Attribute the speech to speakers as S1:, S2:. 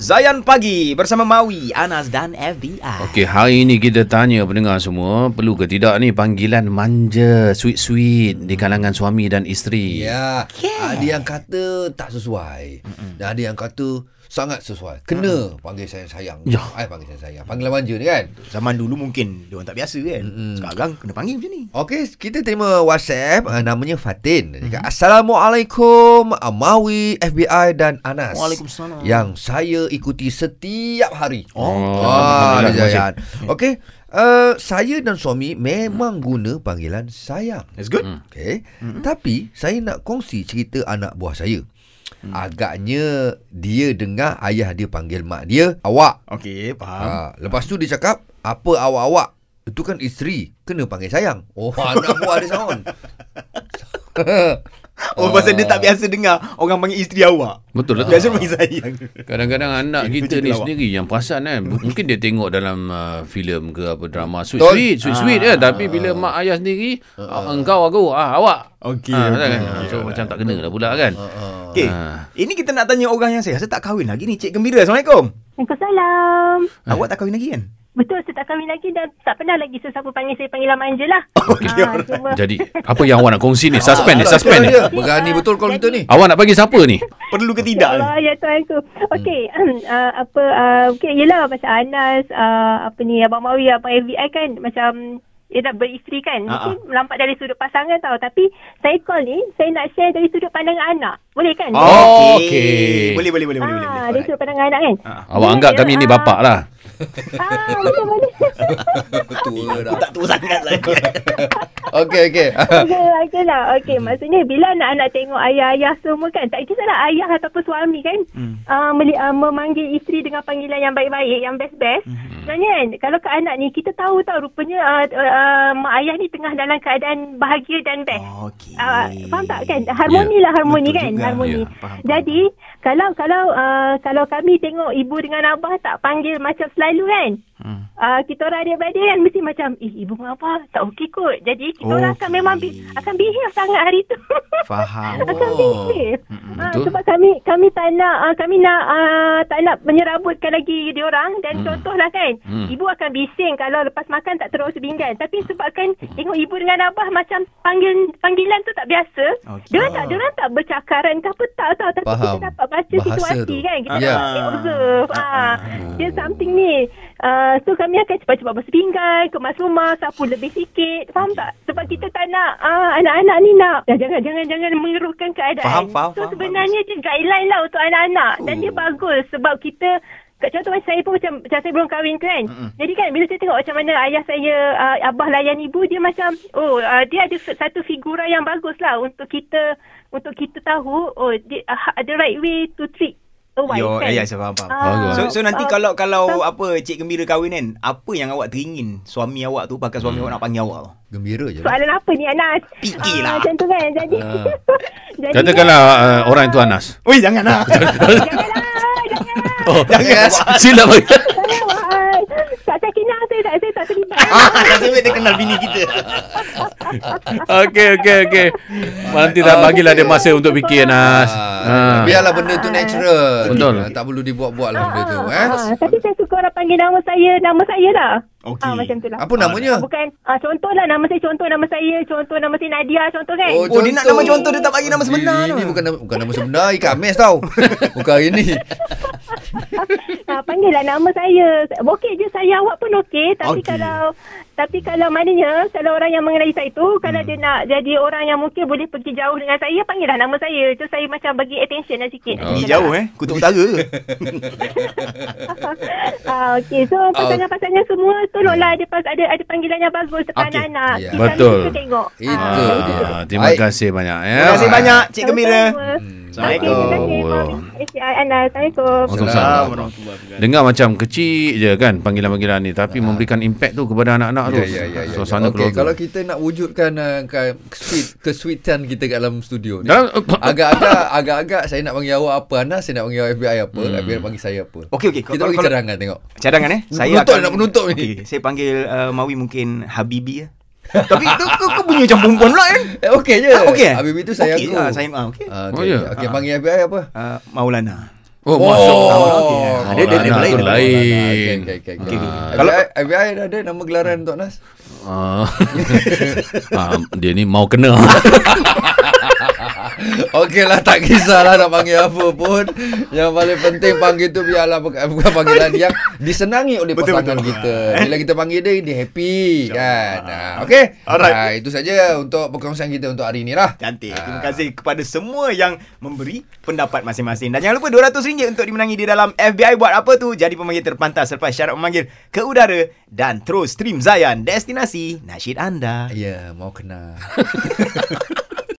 S1: Zayan Pagi bersama Maui, Anas dan FBI.
S2: Okey, hari ini kita tanya pendengar semua, perlu ke tidak ni panggilan manja, sweet-sweet di kalangan suami dan isteri?
S3: Ya. Yeah. Ada yang kata tak sesuai. Mm-mm. Dan ada yang kata sangat sesuai. Kena mm. panggil saya sayang.
S2: Ya.
S3: Ai panggil saya sayang. Panggilan manja ni kan.
S1: Zaman dulu mungkin dia orang tak biasa kan. Mm-hmm. Sekarang kena panggil macam ni.
S3: Okey, kita terima WhatsApp uh, namanya Fatin. Dia cakap, Assalamualaikum uh, Mawi, FBI dan Anas.
S1: Waalaikumsalam.
S3: Yang saya ikuti setiap hari.
S2: Oh,
S3: Ah,
S2: Alhamdulillah,
S3: dia jahat. Okey, uh, saya dan suami memang guna panggilan sayang.
S1: That's good. Mm.
S3: Okey. Mm-hmm. Tapi saya nak kongsi cerita anak buah saya. Mm. Agaknya dia dengar ayah dia panggil mak dia awak.
S1: Okey, faham.
S3: Ha, lepas tu dia cakap apa awak-awak? Itu kan isteri, kena panggil sayang. Oh, anak buah dia sound.
S1: oh, pasal dia tak biasa dengar orang panggil isteri awak.
S2: Betul lah. tu.
S1: Biasa panggil sayang.
S2: Kadang-kadang anak
S1: Itu
S2: kita
S1: cerita
S2: ni
S1: lawak.
S2: sendiri yang perasan kan. Mungkin dia tengok dalam uh, filem ke apa drama
S3: Betul. Ah.
S2: sweet-sweet, sweet-sweet kan. Tapi bila mak ayah sendiri, ah, engkau aku, ah, awak.
S1: Okey,
S2: Ah,
S1: okey,
S2: kan?
S3: Ya,
S2: So macam tak kena lah pula kan.
S3: Ah,
S1: Okey. Ini kita nak tanya orang yang saya rasa tak kahwin lagi ni, Cik Gembira. Assalamualaikum.
S4: Waalaikumsalam.
S1: Awak tak kahwin lagi kan?
S4: Betul saya tak kahwin lagi dan tak pernah lagi sesiapa panggil saya panggilan manja lah.
S1: Okey,
S4: Ah, cuma-
S2: Jadi, apa yang awak nak kongsi ni? Suspend ni,
S3: Ah,
S2: suspend ni.
S3: dia. Berani betul kalau kita ni.
S2: Awak nak bagi siapa ni?
S1: Perlu ke tidak?
S4: Ya
S1: ni?
S4: Allah, ya Tuhan ku. Okey, uh, apa, uh, okay, yelah macam Anas, uh, apa ni, Abang Mawi, Abang FBI kan macam dia dah beristeri kan.
S1: Ah,
S4: Mungkin nampak dari sudut pasangan tau. Tapi saya call ni, saya nak share dari sudut pandangan anak. Boleh kan?
S1: Okey.
S2: Oh, okey.
S1: Boleh, boleh, boleh, boleh, boleh.
S4: Ah, dari
S1: boleh.
S4: sudut pandangan anak kan?
S1: Ah.
S2: Awak anggap kami ni bapak lah.
S4: Ah, boleh, boleh.
S3: Tua dah.
S1: Tak tua sangat lah.
S3: Okey, okey.
S4: Okey, okey lah. Okey, maksudnya bila anak-anak tengok ayah-ayah semua kan, tak kisahlah ayah ataupun suami kan, hmm. uh, meli- uh, memanggil isteri dengan panggilan yang baik-baik, yang best-best.
S1: Mhm.
S4: Hmm. Sebenarnya kan, kalau ke anak ni, kita tahu tau rupanya uh, uh, mak ayah ni tengah dalam keadaan bahagia dan best.
S1: Okey.
S4: Uh, faham tak kan? Harmoni yeah, lah harmoni
S1: Oh, Ya, betul
S4: kan?
S1: juga.
S4: Harmoni.
S2: Ya,
S1: faham, faham.
S4: Jadi, kalau kalau uh, kalau kami tengok ibu dengan abah tak panggil macam selalu kan? Hmm. Uh, kita orang adik-beradik kan mesti macam, eh ibu dengan abah tak okey kot. Jadi, kita orang akan
S1: Okey.
S4: memang bi- akan behave sangat hari tu.
S1: Faham.
S4: akan behave. Ah,
S2: betul.
S4: sebab kami kami tak nak ah, kami nak ah, tak nak menyerabutkan lagi dia orang dan contohlah kan
S2: Hmm.
S4: ibu akan bising kalau lepas makan tak terus pinggan tapi sebabkan tengok ibu dengan abah macam panggil panggilan tu tak biasa
S1: Okey.
S4: dia orang tak dia orang tak bercakaran ke apa tak tahu tapi
S3: Ah. Faham.
S4: kita dapat baca
S3: Bahasa
S4: situasi
S3: tu.
S4: kan kita
S3: Ya.
S4: dapat observe ah dia something ni ah, so kami akan cepat-cepat basuh pinggan kemas rumah sapu lebih sikit faham tak sebab kita tak nak ah, anak-anak ni nak "Dah, jangan jangan jangan mengeruhkan keadaan
S1: Faham, faham,
S4: so
S1: faham.
S4: sebenarnya sebenarnya dia guideline lah untuk anak-anak dan
S2: Oh.
S4: dia bagus sebab kita kat- contoh macam saya pun macam, macam saya belum kahwin tu kan mm jadi kan bila saya tengok macam mana ayah saya uh, abah layan ibu dia macam oh uh, dia ada f- satu figura yang bagus lah untuk kita untuk kita tahu oh dia, uh, the right way to treat a wife
S1: Yo,
S4: kan
S1: ya, saya faham, faham.
S2: Bagus.
S1: So, so nanti
S4: ah,
S1: kalau kalau
S4: tak-
S1: apa Cik Gembira kahwin kan, apa yang awak teringin suami awak tu pakai suami awak nak panggil awak tu?
S3: Gembira
S1: Ah,
S3: je. lah.
S4: soalan apa ni Anas
S1: Fikirlah.
S4: Ah, macam tu kan jadi, jadi
S2: Ah. Katakanlah uh, orang itu Anas.
S1: Oi, janganlah.
S4: janganlah jangan
S2: Oh, Sila bagi.
S4: Saya wahai. Tak saya kenal saya tak saya tak terlibat.
S1: Ah, Nasib baik dia kenal bini kita.
S2: Okey, okey, okey. Nanti dah bagilah dia masa untuk fikir, Anas.
S3: Ah,
S2: Ha.
S3: biarlah benda tu natural.
S2: Betul.
S3: Ah, tak perlu dibuat-buat lah benda tu, eh.
S4: Ah, ah, tapi saya suka orang panggil nama saya, nama saya lah.
S1: Okey.
S4: Ah, macam tu lah.
S3: Apa namanya?
S4: Bukan, ah, contoh lah nama saya, contoh nama saya, contoh nama saya Nadia, contoh kan?
S1: Oh, dia nak nama contoh, dia tak bagi nama sebenar lah.
S3: Ini,
S1: tu.
S3: ini bukan nama, bukan nama sebenar, ikan mes tau. bukan hari ni.
S4: Ah, panggil lah nama saya. Okey je saya, awak pun okey. Tapi
S1: Okey.
S4: kalau, tapi kalau maknanya, kalau orang yang mengenali saya tu, kalau dia nak jadi orang yang mungkin boleh pergi jauh dengan saya, panggil lah nama saya. Tu saya macam bagi attention lah sikit.
S1: Pergi jauh eh, kutub utara.
S4: ah, okey, so pasangan-pasangan semua tolonglah ada pas- ada ada panggilan yang bagus dekat
S1: Okey,
S4: anak-anak.
S3: ya.
S4: Kita
S2: Betul.
S4: kita tengok.
S3: Itu.
S2: Ah, terima
S3: Baik.
S2: kasih banyak ya.
S1: Terima kasih banyak Cik Gembira.
S4: Assalamualaikum.
S1: Assalamualaikum.
S4: Okey, terima kasih. Anas. Assalamualaikum.
S2: Waalaikumsalam. Dengar macam kecil je kan panggilan-panggilan ni tapi memberikan impact tu kepada anak-anak tu.
S3: Ah. Ya, ya, ya. ya,
S2: Suasana
S3: Okey,
S2: keluarga.
S3: kalau kita nak wujudkan uh, ke- sweet, kesuitan kita kat dalam studio ni.
S2: Dalam-
S3: Agak-agak, agak-agak saya nak panggil awak apa, Anas saya nak panggil awak FBI apa, hmm. FBI nak panggil saya apa.
S1: Okey, okey.
S3: Kita
S1: Kalau-
S3: bagi
S1: kalau-
S3: cadangan tengok.
S1: Cadangan eh. Saya
S3: Penutup,
S1: akan
S3: nak penutup ni.
S1: Okey, Saya panggil uh, Mawi mungkin Habibi ya. Tapi tu kau, kau bunyi macam perempuan pula kan.
S3: Eh, okey je.
S1: Ah, okey, eh?
S3: Habis itu saya
S1: Okey,
S3: aku.
S1: ah, saya- ah, okey.
S3: Ah,
S2: Oh, ya.
S3: Okey, panggil FBI apa?
S1: Uh, Maulana.
S2: Oh, masuk.
S1: okey.
S3: Oh,
S1: Ah, dia
S3: Dia- dia- dia
S2: anak
S3: lain.
S2: tu lain.
S3: Okey, okey, okey.
S2: Okey,
S3: Ah. Kalau FBI ada nama gelaran untuk Nas?
S2: Ah, ah, dia ni mau kena.
S3: Okey lah tak kisahlah nak panggil apa pun Yang paling penting panggil tu biarlah bukan, bukan panggilan yang disenangi oleh
S1: Betul,
S3: pasangan
S1: betul. Ah.
S3: kita Bila kita panggil dia, dia happy kan nah, Okey,
S1: Alright.
S3: nah, itu saja untuk perkongsian kita untuk hari ni lah
S1: Cantik. Terima kasih kepada semua yang memberi pendapat masing-masing. Dan jangan lupa RM200 untuk dimenangi di dalam FBI Buat Apa Tu. Jadi pemanggil terpantas selepas syarat memanggil ke udara. Dan terus stream Zayan, destinasi nasyid anda.
S3: Ya, mau kena